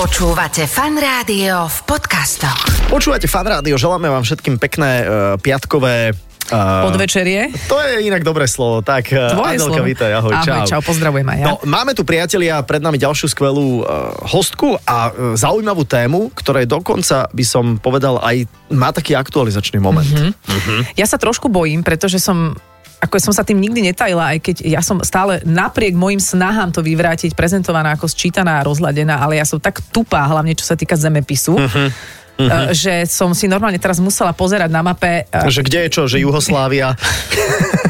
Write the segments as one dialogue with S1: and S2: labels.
S1: Počúvate fan rádio v podcastoch.
S2: Počúvate fan rádio, želáme vám všetkým pekné uh, piatkové Uh,
S3: Podvečerie.
S2: To je inak dobré slovo, tak eh,
S3: Tvoje
S2: Adelka,
S3: slovo.
S2: vítaj, ahoj,
S3: Ahoj, čau, pozdravujem aj ja.
S2: No, máme tu priatelia, pred nami ďalšiu skvelú uh, hostku a uh, zaujímavú tému, ktorá je dokonca, by som povedal, aj má taký aktualizačný moment.
S3: Mhm.
S2: Mm-hmm.
S3: Ja sa trošku bojím, pretože som ako som sa tým nikdy netajila, aj keď ja som stále napriek mojim snahám to vyvrátiť, prezentovaná ako sčítaná a rozladená, ale ja som tak tupá, hlavne čo sa týka zemepisu,
S2: Mhm,
S3: uh-huh. Uh-huh. že som si normálne teraz musela pozerať na mape, eh,
S2: Že kde je čo, že Juhoslávia,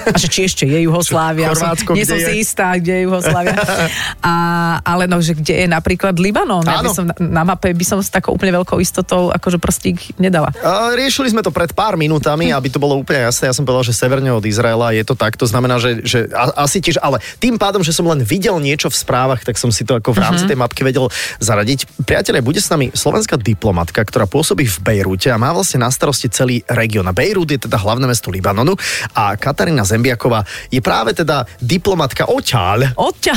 S3: a že či ešte je Juhoslávia.
S2: Chorvátsko,
S3: som, nie
S2: kde
S3: som
S2: je?
S3: si istá, kde je Juhoslávia. A, ale no, že kde je napríklad Libanon. Ja by
S2: Áno.
S3: som, na, na mape by som s takou úplne veľkou istotou akože prostík nedala.
S2: A Riešili sme to pred pár minútami, aby to bolo úplne jasné. Ja som povedal, že severne od Izraela je to tak. To znamená, že, že a, asi tiež, ale tým pádom, že som len videl niečo v správach, tak som si to ako v rámci tej mapky vedel zaradiť. Priatelia, bude s nami slovenská diplomatka, ktorá pôsobí v Bejrúte a má vlastne na starosti celý región. A Bejrút je teda hlavné mesto Libanonu a Katarína Zembiaková je práve teda diplomatka oťaľ.
S3: Odťa...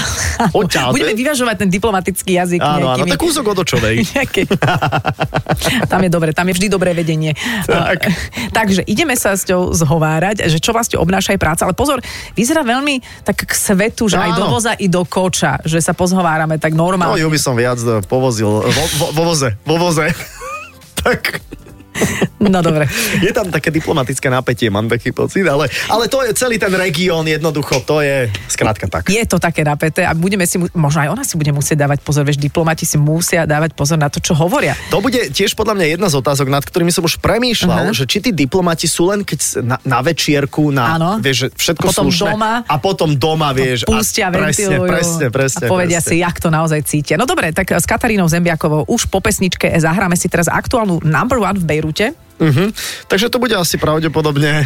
S2: Odťaľ, to
S3: Budeme
S2: je-
S3: vyvažovať ten diplomatický jazyk.
S2: Áno, áno,
S3: nejakými-
S2: tak kúsok od očovej.
S3: Nejaké... Tam je dobre, tam je vždy dobré vedenie.
S2: Tak.
S3: Eh, Takže ideme sa s ňou zhovárať, že čo vlastne obnáša jej práca. Ale pozor, vyzerá veľmi tak k svetu, že aj
S2: Áno.
S3: do voza, i do koča, že sa pozhovárame tak
S2: No
S3: normálne.
S2: ju by som viac eh, povozil. Vo, vo, vo voze, vo voze. tak.
S3: No dobre.
S2: Je tam také diplomatické napätie, mám taký pocit, ale, ale to je celý ten región, jednoducho, to je skrátka tak.
S3: Je to také napäté a budeme si, mu- možno aj ona si bude musieť dávať pozor, vieš, diplomati si musia dávať pozor na to, čo hovoria.
S2: To bude tiež podľa mňa jedna z otázok, nad ktorými som už premýšľal, uh-huh. že či tí diplomati sú len keď s- na, na večierku, na
S3: Áno.
S2: vieš, že všetko
S3: A potom
S2: slušné
S3: doma.
S2: a potom doma, vieš, a
S3: Pustia,
S2: presne,
S3: ventilujú
S2: presne, presne.
S3: a povedia
S2: presne.
S3: si, jak to naozaj cítia. No dobre, tak s Katarínou Zembiakovou už po pesničke zahráme si teraz aktuálnu number one v Bejrute.
S2: Uh-huh. Takže to bude asi pravdepodobne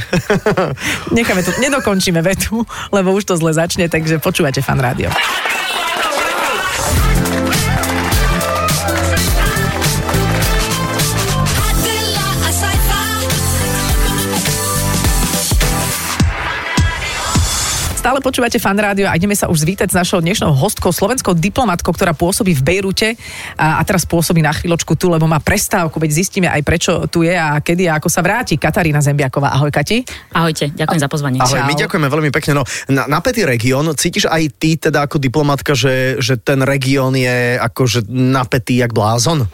S3: Necháme to, nedokončíme vetu, lebo už to zle začne, takže počúvate fan rádio.
S4: Adela, a
S3: Stále počúvate fan rádio a ideme sa už zvítať s našou dnešnou hostkou, slovenskou diplomatkou, ktorá pôsobí v Bejrute a, a teraz pôsobí na chvíľočku tu, lebo má prestávku, veď zistíme aj prečo tu je a kedy a ako sa vráti. Katarína Zembiaková, ahoj Kati.
S5: Ahojte, ďakujem za pozvanie.
S2: Ahoj,
S3: Čau.
S2: my ďakujeme veľmi pekne. No, na, napätý región, cítiš aj ty teda ako diplomatka, že, že ten región je akože napätý jak blázon?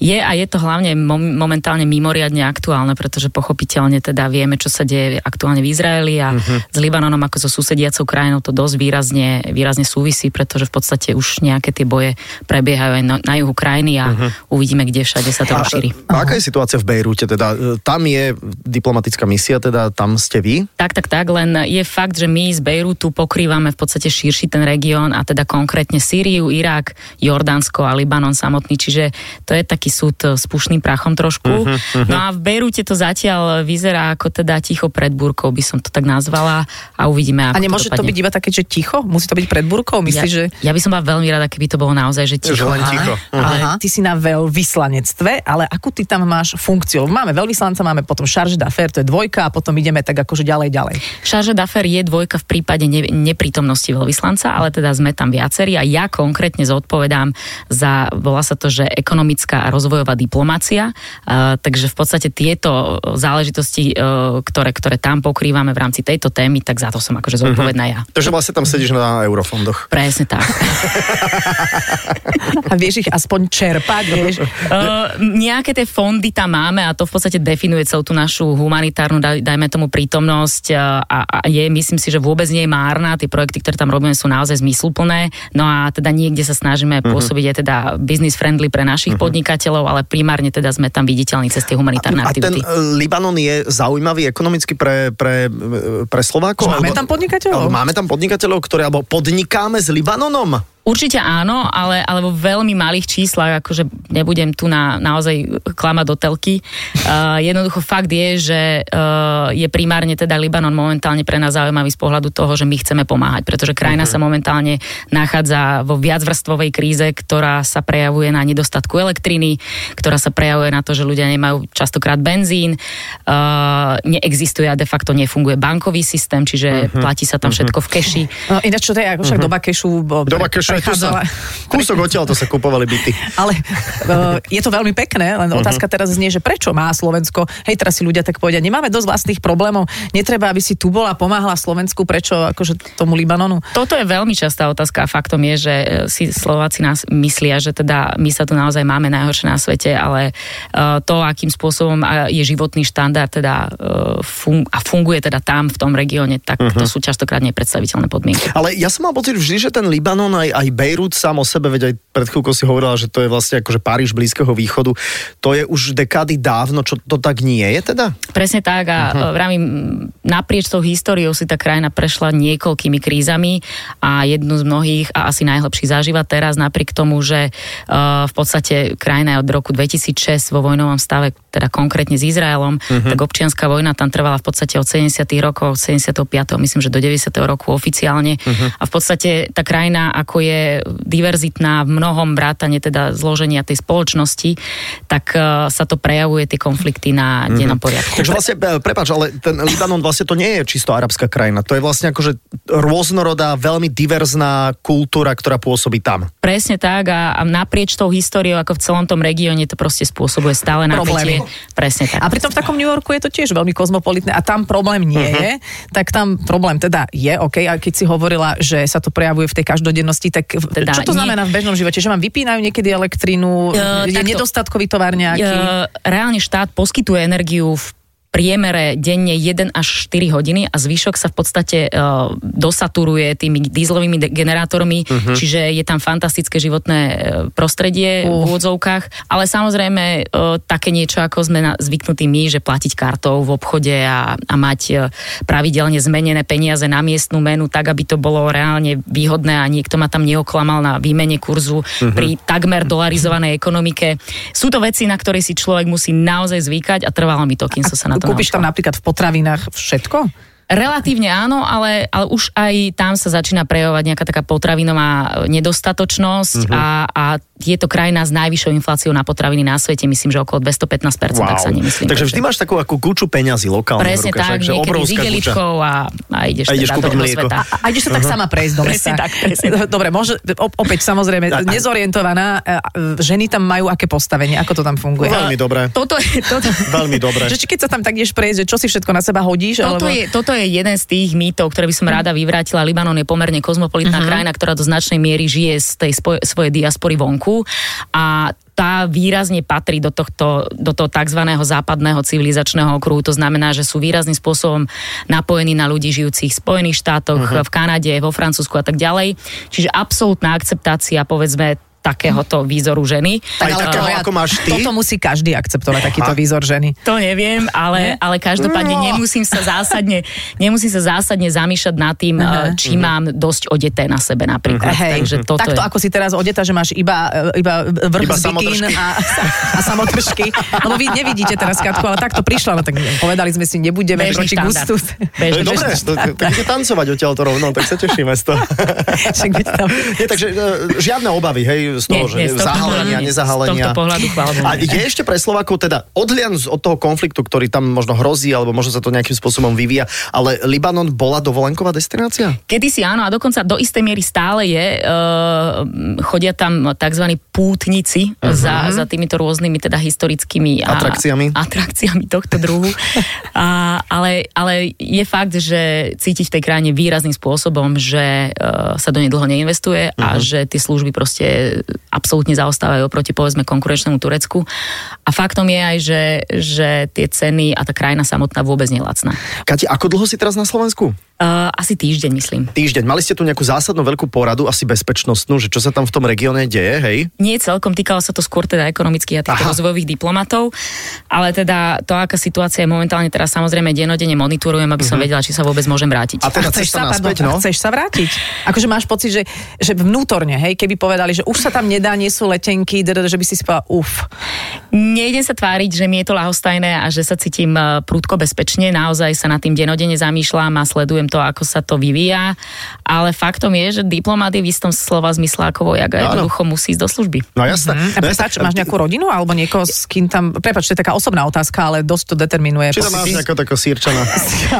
S5: Je a je to hlavne mom- momentálne mimoriadne aktuálne, pretože pochopiteľne teda vieme, čo sa deje aktuálne v Izraeli a
S2: Mhm.
S5: s Libanonom ako so susediacou krajinou to dosť výrazne, výrazne súvisí, pretože v podstate už nejaké tie boje prebiehajú aj na, na juhu krajiny a
S2: Mhm.
S5: uvidíme, kde všade sa to rozšíri.
S2: A, aká je situácia v Bejrúte? Teda, e, tam je diplomatická misia, teda tam ste vy.
S5: Tak, tak, tak, len je fakt, že my z Bejrutu pokrývame v podstate širší ten región a teda konkrétne Sýriu, Irak, Jordánsko a Libanon samotný, čiže to je taký súd e, s pušným prachom trošku.
S2: Mhm,
S5: Uh-huh, uh-huh. No a v Bejrute to zatiaľ vyzerá ako teda ticho pred búrkou, by som to tak nazvala a uvidíme, ako
S3: A nemôže to,
S5: dopadne.
S3: byť iba také, že ticho? Musí to byť pred burkou? Myslíš,
S5: ja,
S3: že...
S5: ja by som bola veľmi rada, keby to bolo naozaj, že ticho.
S2: Že len ticho.
S3: Ale ty si na veľvyslanectve, ale akú ty tam máš funkciu? Máme veľvyslanca, máme potom charge d'affaires, to je dvojka a potom ideme tak akože ďalej, ďalej.
S5: Šarže Dafer je dvojka v prípade ne- neprítomnosti veľvyslanca, ale teda sme tam viacerí a ja konkrétne zodpovedám za, volá sa to, že ekonomická a rozvojová diplomácia, uh, takže v podstate tieto eh, záležitosti, eh, ktoré, ktoré tam pokrývame v rámci tejto témy, tak za to som akože zodpovedná ja.
S2: Takže vlastne tam sedíš na eurofondoch.
S5: Presne tak.
S3: A vieš ich aspoň čerpať, vieš?
S5: Uh, nejaké tie fondy tam máme a to v podstate definuje celú tú našu humanitárnu, daj- dajme tomu, prítomnosť uh, a, a je, myslím si, že vôbec nie je márna. Tie projekty, ktoré tam robíme, sú naozaj zmysluplné. No a teda niekde sa snažíme
S2: Mhm.
S5: pôsobiť aj teda business friendly pre našich podnikateľov, ale primárne teda sme tam viditeľní cez tie humanitárne
S2: A ten
S5: aktivity.
S2: e, Libanon je zaujímavý ekonomicky pre, pre, e, pre Slovákov?
S3: Máme tam podnikateľov?
S2: Alebo máme tam podnikateľov, ktorí alebo podnikáme s Libanonom?
S5: Určite áno, ale, ale vo veľmi malých číslach, akože nebudem tu na, naozaj klamať do telky. Uh, jednoducho fakt je, že uh, je primárne teda Libanon momentálne pre nás zaujímavý z pohľadu toho, že my chceme pomáhať, pretože krajina sa momentálne nachádza vo viacvrstvovej kríze, ktorá sa prejavuje na nedostatku elektriny, ktorá sa prejavuje na to, že ľudia nemajú častokrát benzín, uh, neexistuje a de facto nefunguje bankový systém, čiže platí sa tam všetko v keši.
S3: No ináč, čo to je, ako však doba kešu... bo-
S2: Doba kešu
S3: prechádzala.
S2: Kúsok odtiaľ to sa kupovali byty.
S3: Ale uh, je to veľmi pekné, len otázka teraz znie, že prečo má Slovensko, hej, teraz si ľudia tak povedia, nemáme dosť vlastných problémov, netreba, aby si tu bola, pomáhala Slovensku, prečo akože tomu Libanonu?
S5: Toto je veľmi častá otázka a faktom je, že e, si Slováci nás myslia, že teda my sa tu naozaj máme najhoršie na svete, ale e, to, akým spôsobom a, je životný štandard teda e, fun- a funguje teda tam v tom regióne, tak uh-huh. to sú častokrát nepredstaviteľné podmienky.
S2: Ale ja som mal pocit vždy, že ten Libanon aj, aj Bejrút sám o sebe, veď aj pred chvíľkou si hovorila, že to je vlastne akože Páriž Blízkeho východu, to je už dekády dávno, čo to tak nie je teda?
S5: Presne tak a uh-huh. vravím, naprieč tou históriou si tá krajina prešla niekoľkými krízami a jednu z mnohých a asi najhlbší zažíva teraz napriek tomu, že eh, v podstate krajina je od roku 2006 vo vojnovom stave, teda konkrétne s Izraelom, uh-huh. tak občianská vojna tam trvala v podstate od 70. rokov, od 75. myslím, že do 90. roku oficiálne uh-huh. a v podstate tá krajina ako je diverzitná v mnohom vrátane teda zloženia tej spoločnosti, tak eh, sa to prejavuje tie konflikty na uh-huh. dennom poriadku.
S2: Takže vlastne, e, prepáč, ale ten Libanon vlastne to nie je čisto arabská krajina. To je vlastne akože rôznorodá, veľmi diverzná kultúra, ktorá pôsobí tam.
S5: Presne tak a, a naprieč tou históriou, ako v celom tom regióne, to proste spôsobuje stále napätie. Presne tak.
S3: A pritom v takom New Yorku je to tiež veľmi kozmopolitné a tam problém nie je, tak tam problém teda je, OK, a keď si hovorila, že sa to prejavuje v tej každodennosti, tak teda
S5: Teda
S3: čo to
S5: nie-
S3: znamená v bežnom živote? Že vám vypínajú niekedy elektrínu,
S5: E,
S3: je
S5: takto.
S3: nedostatkový tovar nejaký?
S5: E, reálne štát poskytuje energiu v priemere denne 1 až 4 hodiny a zvyšok sa v podstate e, dosaturuje tými dízlovými de-
S3: Mhm.
S5: generátormi, uh-huh. čiže je tam fantastické životné e, prostredie uh. v úvodzovkách, ale samozrejme e, také niečo, ako sme na, zvyknutí my, že platiť kartou v obchode a, a mať e, pravidelne zmenené peniaze na miestnu menu, tak aby to bolo reálne výhodné a niekto ma tam neoklamal na výmene kurzu
S2: Mhm.
S5: uh-huh. pri takmer dolarizovanej ekonomike. Sú to veci, na ktoré si človek musí naozaj zvykať a trvalo mi to, kým som sa na to
S3: Kúpiš tam
S5: naučila.
S3: napríklad v potravinách všetko?
S5: Relatívne áno, ale, ale už aj tam sa začína prejavovať nejaká taká potravinová e,
S2: Mhm.
S5: nedostatočnosť a, a je to krajina s najvyššou infláciou na potraviny na svete, myslím, že okolo 215%, tak sa nemyslím.
S2: Takže vždy máš takú ako guču peňazí lokálne
S5: Presne
S2: v ruke,
S5: tak,
S2: že
S5: niekedy s
S2: obrovská guča.
S5: igeličkou a, a ideš,
S2: A ideš
S5: teda
S2: kúpiť
S5: do, do
S2: mlieko.
S5: sveta.
S3: A ideš sa tak sama prejsť do
S5: Presne
S3: mesta.
S5: tak, presne
S3: Dobre, môže, o- opäť samozrejme,
S2: A- a-
S3: nezorientovaná, e, e, ženy tam majú aké postavenie, ako to tam funguje?
S2: No, Veľmi dobré.
S5: Toto je, toto,
S2: Veľmi dobré.
S3: Že či keď sa tam tak ideš prejsť, že čo si všetko na seba hodíš?
S5: Toto,
S3: alebo...
S5: je, toto je jeden z tých mýtov, ktoré by som rada vyvrátila. Libanon je pomerne kozmopolitná uh-huh. krajina, ktorá do značnej miery žije z tej spoj, svojej diaspory vonku a tá výrazne patrí do tohto, do toho tzv. západného civilizačného okruhu. To znamená, že sú výrazným spôsobom napojení na ľudí žijúcich v Spojených štátoch, uh-huh.
S2: Mhm.
S5: v Kanade, vo Francúzsku a tak ďalej. Čiže absolútna akceptácia, povedzme, takéhoto výzoru ženy.
S2: Tak ale takého,
S3: ja-
S2: ako máš ty?
S3: Toto musí každý akceptovať, takýto výzor ženy.
S5: To neviem, ale, ale každopádne
S2: No.
S5: nemusím sa zásadne, nemusím sa zásadne zamýšľať nad tým, uh či mám dosť odeté na sebe napríklad.
S3: Mhm. Hej,
S5: Takže toto
S3: takto
S5: je.
S3: ako si teraz odeta, že máš iba, e, iba vrch
S2: Iba
S3: z bitín
S2: samotržky.
S3: a, a samotržky. Lebo vy nevidíte teraz Katku, ale takto prišla, no tak povedali sme si, nebudeme
S5: Bežný
S3: proti
S5: štandard.
S3: gustu.
S2: To je
S5: Bežný, bežný
S2: dobré, to,
S5: štandard.
S2: to, tak ide tancovať odtiaľ to rovno, tak sa tešíme z toho.
S3: Však byť tam.
S2: Nie, takže e, žiadne obavy, hej, z toho,
S5: Nie, nie,
S2: že
S5: z tohto
S2: zahalenia,
S5: pohľadu nie. Z
S2: nezahalenia.
S5: tohto pohľadu, chvála Bohu,
S2: A
S5: nie.
S2: je ešte pre Slovakov, teda odlian od toho konfliktu, ktorý tam možno hrozí, alebo možno sa to nejakým spôsobom vyvíja, ale Libanon bola dovolenková destinácia?
S5: Kedy si áno, a dokonca do istej miery stále je, e, chodia tam tzv. pútnici uh-huh. za, za týmito rôznymi teda historickými a-
S2: Atrakciami.
S5: atrakciami tohto druhu. a, ale, ale je fakt, že cítiť v tej krajine výrazným spôsobom, že e, sa do nej dlho neinvestuje a že tie služby proste absolútne zaostávajú oproti povedzme konkurenčnému Turecku. A faktom je aj, že, že tie ceny a tá krajina samotná vôbec nie je lacná.
S2: Kati, ako dlho si teraz na Slovensku?
S5: E, asi týždeň, myslím.
S2: Týždeň. Mali ste tu nejakú zásadnú veľkú poradu, asi bezpečnostnú, že čo sa tam v tom regióne deje, hej?
S5: Nie celkom, týkalo sa to skôr teda ekonomických a týchto
S2: Aha.
S5: rozvojových diplomatov, ale teda to, aká situácia je momentálne teraz, samozrejme denodene monitorujem, aby
S3: Mhm.
S5: som vedela, či sa vôbec môžem vrátiť.
S2: A teda
S3: chceš
S2: cesta
S3: sa,
S2: naspäť,
S3: pardon,
S2: no?
S3: a chceš sa vrátiť. Akože máš pocit, že, že vnútorne, hej, keby povedali, že už sa tam nedá, nie sú letenky, drd, že by si si povedala, uf.
S5: Nejdem sa tváriť, že mi je to lahostajné a že sa cítim eh, prúdko bezpečne. Naozaj sa nad tým denodene zamýšľam a sledujem to, ako sa to vyvíja. Ale faktom je, že diplomat je v istom slova zmysle ako vojak a
S2: Áno.
S5: jednoducho musí ísť do služby.
S2: No jasné.
S5: Mhm.
S3: A
S2: No
S3: prepáč,
S2: jasné.
S3: máš nejakú rodinu alebo niekoho, s kým tam... Prepač, to je taká osobná otázka, ale dosť to determinuje.
S2: Či tam
S3: pocit.
S2: máš nejakého takého sírčana?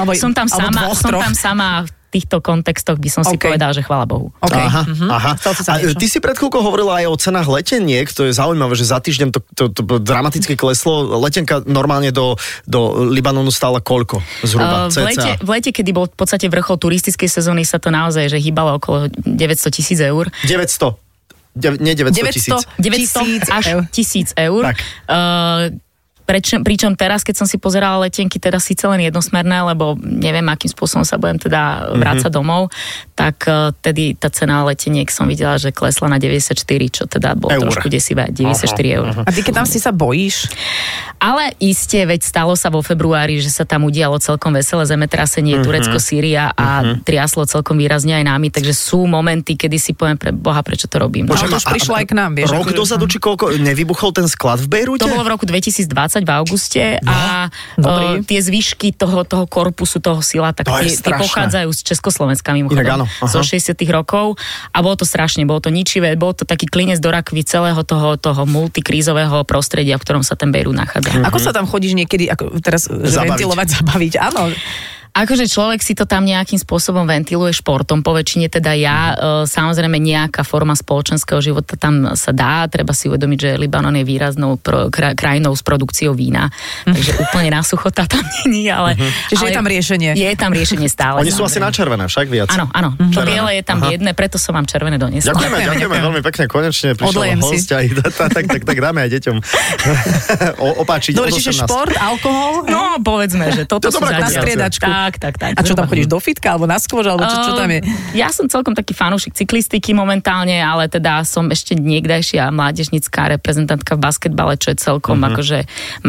S3: Alebo-
S5: Som tam
S3: alebo
S5: sama,
S3: dvoch,
S5: som
S3: troch.
S5: tam sama v týchto kontextoch by som si
S3: OK.
S5: povedal, že chvála Bohu.
S3: OK. Mhm.
S2: Aha, aha.
S3: Chcel si sa
S2: A e,
S3: niečo.
S2: ty si pred chvíľkou hovorila aj o cenách leteniek, to je zaujímavé, že za týždeň to, to, to dramaticky kleslo. Letenka normálne do, do Libanonu stála koľko zhruba?
S3: Ehm,
S5: Uh, v, lete, v lete, kedy bol v podstate vrchol turistickej sezóny, sa to naozaj že hýbalo okolo 900 tisíc eur.
S2: 900. De, nie 900 tisíc.
S3: 900.
S5: 900 až
S3: eur.
S5: 1000 eur.
S2: Tak.
S5: Uh, Prečo, pričom teraz, keď som si pozerala letenky, teda síce len jednosmerné, lebo neviem, akým spôsobom sa budem teda
S2: Mhm.
S5: vrácať mm-hmm. domov, tak eh, tedy tá cena leteniek som videla, že klesla na 94, čo teda bolo
S2: Eur.
S5: trošku desivé, 94 eur.
S3: A ty, keď tam si sa bojíš,
S5: Ale iste, veď stalo sa vo februári, že sa tam udialo celkom veselé
S2: Mhm.
S5: zemetrasenie Turecko, Sýria a triaslo celkom výrazne aj námi, takže sú momenty, kedy si poviem pre Boha, prečo to robím.
S3: Počkaj, to už prišlo aj k nám, vieš,
S2: Rok
S3: akože-
S2: dozadu, či koľko, nevybuchol ten sklad v Bejrúte?
S5: To bolo v roku 2020 v auguste
S2: Mhm.
S5: a
S3: dobrý.
S5: eh, tie zvyšky toho, toho korpusu, toho sila, tak
S2: To
S5: tie,
S2: je
S5: tie
S2: strašné.
S5: pochádzajú z Československa
S2: Inak áno,
S5: mimochodom,
S2: aha.
S5: zo 60 rokov a bolo to strašne, bolo to ničivé, bol to taký klinec do rakvy celého toho, toho multikrízového prostredia, v ktorom sa ten Bejrút nachádza.
S2: Mhm.
S3: ako sa tam chodíš niekedy, ako teraz že
S2: Zabaviť.
S3: ventilovať, zabaviť, áno.
S5: Akože človek si to tam nejakým spôsobom ventiluje športom, po väčšine teda ja, e, samozrejme nejaká forma spoločenského života tam sa dá, treba si uvedomiť, že Libanon je výraznou pro, kra, krajinou s produkciou vína, takže úplne na suchota tam není, ale...
S3: Mhm. Čiže
S5: ale
S3: je tam riešenie.
S5: Je tam riešenie stále.
S2: Oni sú asi na
S5: samozrejme.
S2: červené však viac.
S5: Áno, áno,
S3: Mhm.
S5: to
S2: Červené.
S5: biele je tam
S2: Aha.
S5: biedne, preto som vám červené doniesla.
S2: Ďakujeme,
S3: Ďakujeme,
S2: ďakujeme
S3: ďakujeme.
S2: veľmi pekne, konečne prišiel
S3: Odlejem si.
S2: host aj tak, tak, tak, tak dáme aj deťom o, opáčiť
S3: Dobre,
S2: od
S3: čiže
S2: 18.
S3: No, šport, alkohol, no,
S5: No, povedzme, že toto
S2: To
S5: sú
S2: dobrá
S5: zatiaľ.
S2: kombinácia. Na
S3: striedačku.
S5: Tak, tak, tak.
S3: a čo tam chodíš, do fitka, alebo na skôr, alebo čo, čo tam je?
S5: Ehm, Ja som celkom taký fanúšik cyklistiky momentálne, ale teda som ešte niekdajšia mládežnická reprezentantka v basketbale, čo je celkom
S3: Mhm.
S5: mm-hmm. akože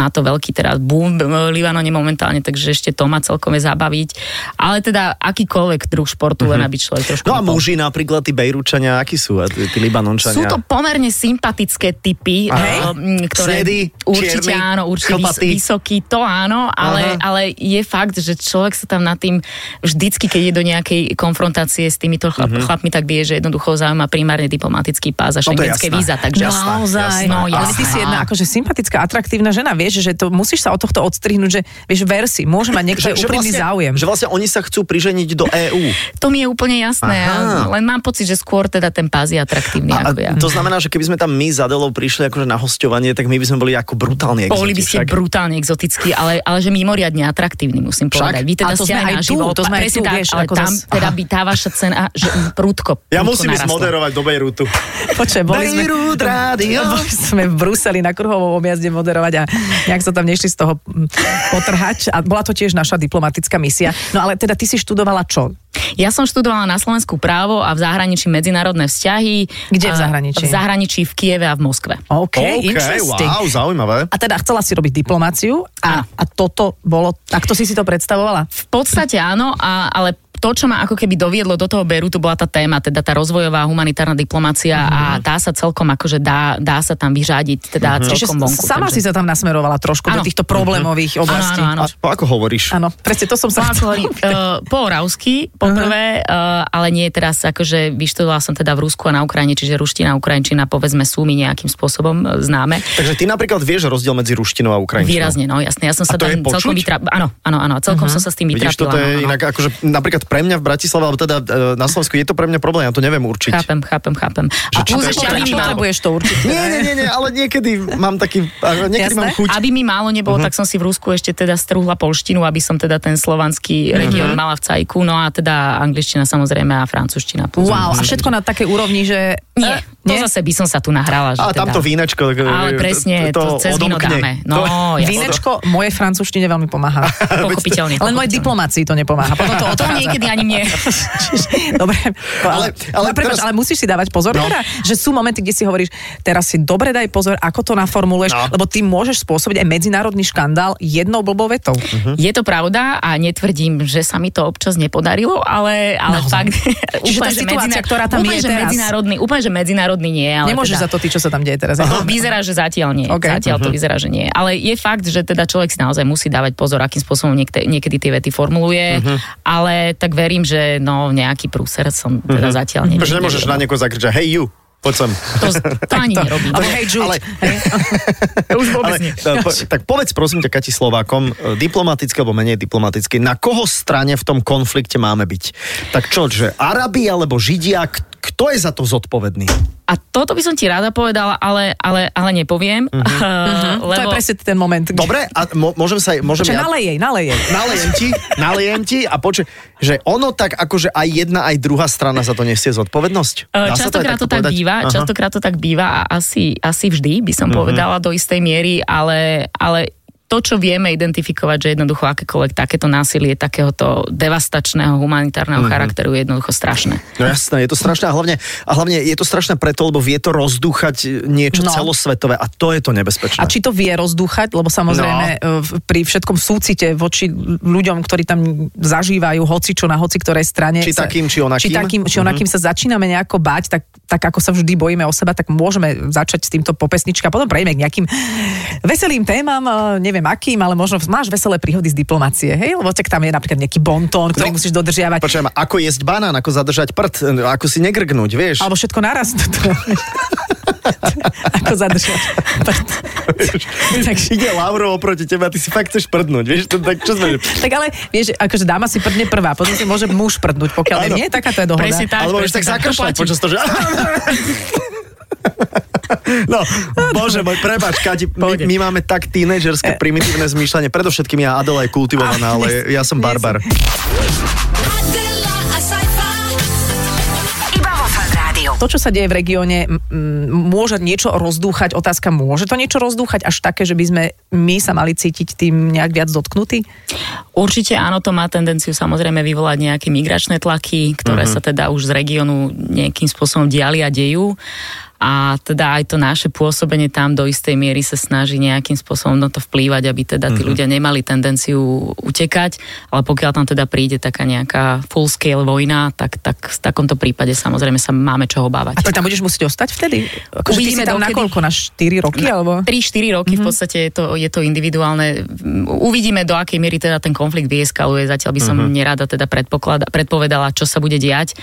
S5: má to veľký teraz boom v Libanone momentálne, takže ešte to ma celkom je zabaviť. Ale teda akýkoľvek druh športu,
S3: Mhm.
S5: mm-hmm. len aby človek trošku...
S2: No a
S5: bol-
S2: muži napríklad, tí Bejrúčania, akí sú? A tí, tí Libanončania?
S5: Sú to pomerne sympatické typy,
S2: Aha.
S5: ehm, ktoré
S2: Snedý,
S5: určite
S2: čierny,
S5: áno, určite
S2: chlpatý.
S5: vys- vysoký, to áno, ale,
S2: Aha.
S5: ale je fakt, že človek sa tam nad tým vždycky, keď je do nejakej konfrontácie s týmito chlap, mm-hmm. chlapmi, tak vie, že jednoducho ho zaujíma primárne diplomatický pás a
S2: Mhm. No to je
S5: šengenské
S2: jasné.
S5: víza. Takže
S2: Jasné,
S5: naozaj,
S2: jasné.
S5: no
S3: Ale ty
S5: jasné.
S3: si jedna akože sympatická, atraktívna žena, vieš, že to musíš sa od tohto odstrihnúť, že vieš, ver si, môže mať niekto aj úprimný
S2: vlastne,
S3: záujem.
S2: že vlastne oni sa chcú priženiť do E EÚ.
S5: To mi je úplne jasné,
S2: Aha.
S5: len mám pocit, že skôr teda ten pás je atraktívny
S2: A, a
S5: ako ja.
S2: to znamená, že keby sme tam my za Delou prišli akože na hostovanie, tak my by sme boli ako brutálni
S5: Boli by
S2: exoti
S5: ste
S2: však.
S5: brutálne exotickí, ale, ale že mimoriadne atraktívni, musím
S2: Však?
S5: povedať. Vy teda
S3: A to
S5: ste
S3: sme aj tu,
S5: naživo,
S3: to sme aj
S5: presne
S3: tu,
S5: tak,
S3: vieš,
S5: ale
S3: ako
S5: tam
S3: zas-
S5: teda by tá vaša cena, že prudko, prudko
S2: Ja musím ísť
S5: narastla.
S2: moderovať do Bejrútu.
S3: Počkaj, boli sme,
S2: Beirut Radio.
S3: boli sme v Bruseli na kruhovom objazde moderovať a nejak sa tam nešli z toho mm, potrhať a bola to tiež naša diplomatická misia. No ale teda ty si študovala čo?
S5: Ja som študovala na Slovensku právo a v zahraničí medzinárodné vzťahy.
S3: Kde v
S5: A
S3: zahraničí?
S5: V zahraničí v Kieve a v Moskve.
S3: OK,
S2: OK,
S3: interesting.
S2: wow, zaujímavé.
S3: A teda chcela si robiť diplomáciu a, a toto bolo, takto si si to predstavovala?
S5: V podstate áno, a, ale to, čo ma ako keby doviedlo do toho Beru, to bola tá téma, teda tá rozvojová humanitárna diplomácia mm-hmm.
S2: Mhm.
S5: a tá sa celkom akože dá, dá sa tam vyžadiť, teda mm-hmm.
S3: Čiže
S5: celkom vonku.
S3: sama si sa tam nasmerovala trošku do
S5: Áno. Mhm.
S3: týchto problémových oblastí.
S2: A
S5: Áno, áno, áno.
S2: to ako hovoríš?
S3: Áno, presne to som sa
S5: Ako hovorím, uh, po oravsky, po prvé, uh, ale nie teraz, akože vyštudovala som teda v Rusku a na Ukrajine, čiže ruština a ukrajinčina, povedzme, sú mi nejakým spôsobom eh, známe.
S2: Takže ty napríklad vieš rozdiel medzi ruštinou a ukrajinštinou.
S5: Výrazne, no jasne. Ja som sa
S2: to je
S5: tam
S2: počuť?
S5: celkom
S2: Mhm.
S5: vytrapila. Áno, áno, áno. Celkom som sa s tým vytrapila.
S2: Vidíš, toto
S5: áno,
S2: je
S5: áno.
S2: inak, akože napríklad pre mňa v Bratislave, alebo teda e, na Slovensku je to pre mňa problém, ja to neviem určiť.
S5: Chápem, chápem, chápem. A
S2: či to je
S5: už ešte,
S2: potrebné?
S5: aby mi málo,
S3: Potrebuješ to určite.
S2: Nie, nie, nie, nie, ale niekedy mám taký, a niekedy
S3: Jasné.
S2: mám chuť. Mhm.
S5: aby mi málo nebolo, tak som si v Rusku ešte teda strúhla polštinu, aby som teda ten
S2: Mhm.
S5: slovanský región mala v cajku. No a teda angličtina samozrejme a francúzština. plus.
S3: Wow, a všetko na takej úrovni, že...
S5: Nie, to
S3: Nie?
S5: zase by som sa tu nahrala. Že
S2: A
S5: teda.
S2: tamto vínečko. tak, e,
S5: Ale
S2: to-
S5: presne,
S2: to
S5: to cez víno
S2: odomkne.
S5: dáme. No,
S2: To-
S5: jasné.
S3: Vínečko moje francúzštine veľmi pomáha. Len
S5: Pochopiteľne.
S3: mojej
S5: pochopiteľne.
S3: diplomácii to nepomáha. Potom to
S5: To
S3: odchádza.
S5: niekedy ani nie.
S3: Dobre, ale,
S2: Ale-
S3: ale,
S2: ale
S3: no, prepáč,
S2: teraz-
S3: ale musíš si dávať pozor, no.
S2: No.
S3: teda, že sú momenty, kde si hovoríš, teraz si dobre daj pozor, ako to naformuluješ, no.
S2: No.
S3: lebo ty môžeš spôsobiť aj medzinárodný škandál jednou blbou vetou.
S2: Mhm. No,
S5: Je to pravda a netvrdím, že sa mi to občas nepodarilo, ale, ale fakt...
S3: No. Čiže tá
S5: že
S3: situácia,
S5: medzinár-
S3: ktorá tam
S5: úplne,
S3: je
S5: že
S3: teraz.
S5: Medzinárodný, úplne, že medzinárodný nie, ale
S3: Nemôžeš
S5: teda,
S3: za to ty, čo sa tam deje teraz.
S5: No, vyzerá, že zatiaľ nie.
S3: OK. Mhm.
S5: Okay. Zatiaľ to vyzerá, že nie. Ale je fakt, že teda človek si naozaj musí dávať pozor, akým spôsobom niekte, niekedy tie vety formuluje,
S3: Mhm.
S5: ale tak verím, že no nejaký prúser som teda zatiaľ nie.
S3: Mhm.
S5: teda.
S2: Pretože nemôžeš na niekoho zakričať, hej you. poď sem.
S5: To, to ani nerobím.
S3: Alebo hej, Jude.
S2: ale-
S3: Hej.
S5: Už vôbec nie.
S2: Ale, e, po, tak povedz prosím ťa, Kati Slovákom, e, diplomaticky alebo menej diplomaticky, na koho strane v tom konflikte máme byť? Tak čo, že Arabi alebo Židia, k- kto je za to zodpovedný?
S5: A toto by som ti rada povedala, ale, ale, ale
S3: Mhm.
S5: nepoviem. Uh,
S3: To je
S5: lebo
S3: presne ten moment. kde-
S2: Dobre, a mo, môžem sa... Môžem
S3: Čo, nalej jej, nalej jej.
S2: Nalejem ti, nalejem ti a počuj, že ono tak akože aj jedna, aj druhá strana za to nesie zodpovednosť? Dá
S5: Uh,
S2: sa to aj
S5: Častokrát
S2: takto
S5: to tak
S2: povedať?
S5: býva,
S2: Aha. Mhm.
S5: častokrát to tak býva a asi, asi vždy by som povedala do istej miery, ale, ale to, čo vieme identifikovať, že jednoducho akékoľvek takéto násilie takéhoto
S2: Mhm.
S5: devastačného humanitárneho charakteru je jednoducho strašné.
S2: No jasné, je to strašné a hlavne, a hlavne je to strašné preto, lebo vie to rozdúchať niečo
S3: No.
S2: celosvetové a to je to nebezpečné.
S3: A či to vie rozdúchať, lebo samozrejme no. pri všetkom súcite voči ľuďom, ktorí tam zažívajú hoci čo na hoci ktorej strane.
S2: Či takým, či onakým? Mhm.
S3: Či takým, či onakým sa začíname nejako báť, tak, tak ako sa vždy bojíme o seba, tak môžeme začať s týmto po pesničke a potom prejdeme k nejakým veselým témam, eh, neviem akým, ale možno máš veselé príhody z diplomacie, hej? Lebo tak tam je napríklad nejaký bontón, ktorý
S2: No.
S3: musíš dodržiavať.
S2: Počujem, ako jesť banán, ako zadržať prd, ako si negrgnúť, vieš?
S3: Alebo všetko naraz. toto. ako zadržať. Takže
S2: Ide Lauro oproti tebe a ty si fakt chceš prdnúť, vieš? To, tak čo sme...
S3: Tak ale vieš, akože dáma si prdne prvá, potom si môže muž prdnúť, pokiaľ
S2: Áno.
S3: nie, nie, taká to je dohoda.
S5: Presne tak,
S2: Alebo môžeš tak
S5: presne To
S2: zakršľať
S5: platí.
S2: počas toho, že... No, bože môj, prebač, Kati, my,
S5: Pohode.
S2: my máme tak tínedžerské primitívne zmýšľanie. Predovšetkým ja, Adela je kultivovaná, ale ja som barbar.
S4: Adela, a sci-fi.
S1: Iba vo Fan Rádiu.
S3: To, čo sa deje v regióne, m- m, môže niečo rozdúchať. Otázka, môže to niečo rozdúchať až také, že by sme my sa mali cítiť tým nejak viac dotknutí?
S5: Určite áno, to má tendenciu samozrejme vyvolať nejaké migračné tlaky, ktoré sa teda už z regiónu nejakým spôsobom diali a dejú. A teda aj to naše pôsobenie tam do istej miery sa snaží nejakým spôsobom na to vplývať, aby teda tí ľudia nemali tendenciu utekať. Ale pokiaľ tam teda príde taká nejaká full-scale vojna, tak, tak v takomto prípade samozrejme sa máme čo
S3: A
S5: obávať.
S3: ty tam budeš musieť ostať vtedy? Akože ty si
S5: Uvidíme,
S3: tam
S5: dokedy.
S3: nakoľko? Na 4 roky? Alebo? Mhm.
S5: 3-4 roky v podstate je to, je to individuálne. Uvidíme, do akej miery teda ten konflikt deeskaluje. Zatiaľ by som
S3: Mhm.
S5: nerada teda predpoklada- predpovedala, čo sa bude diať.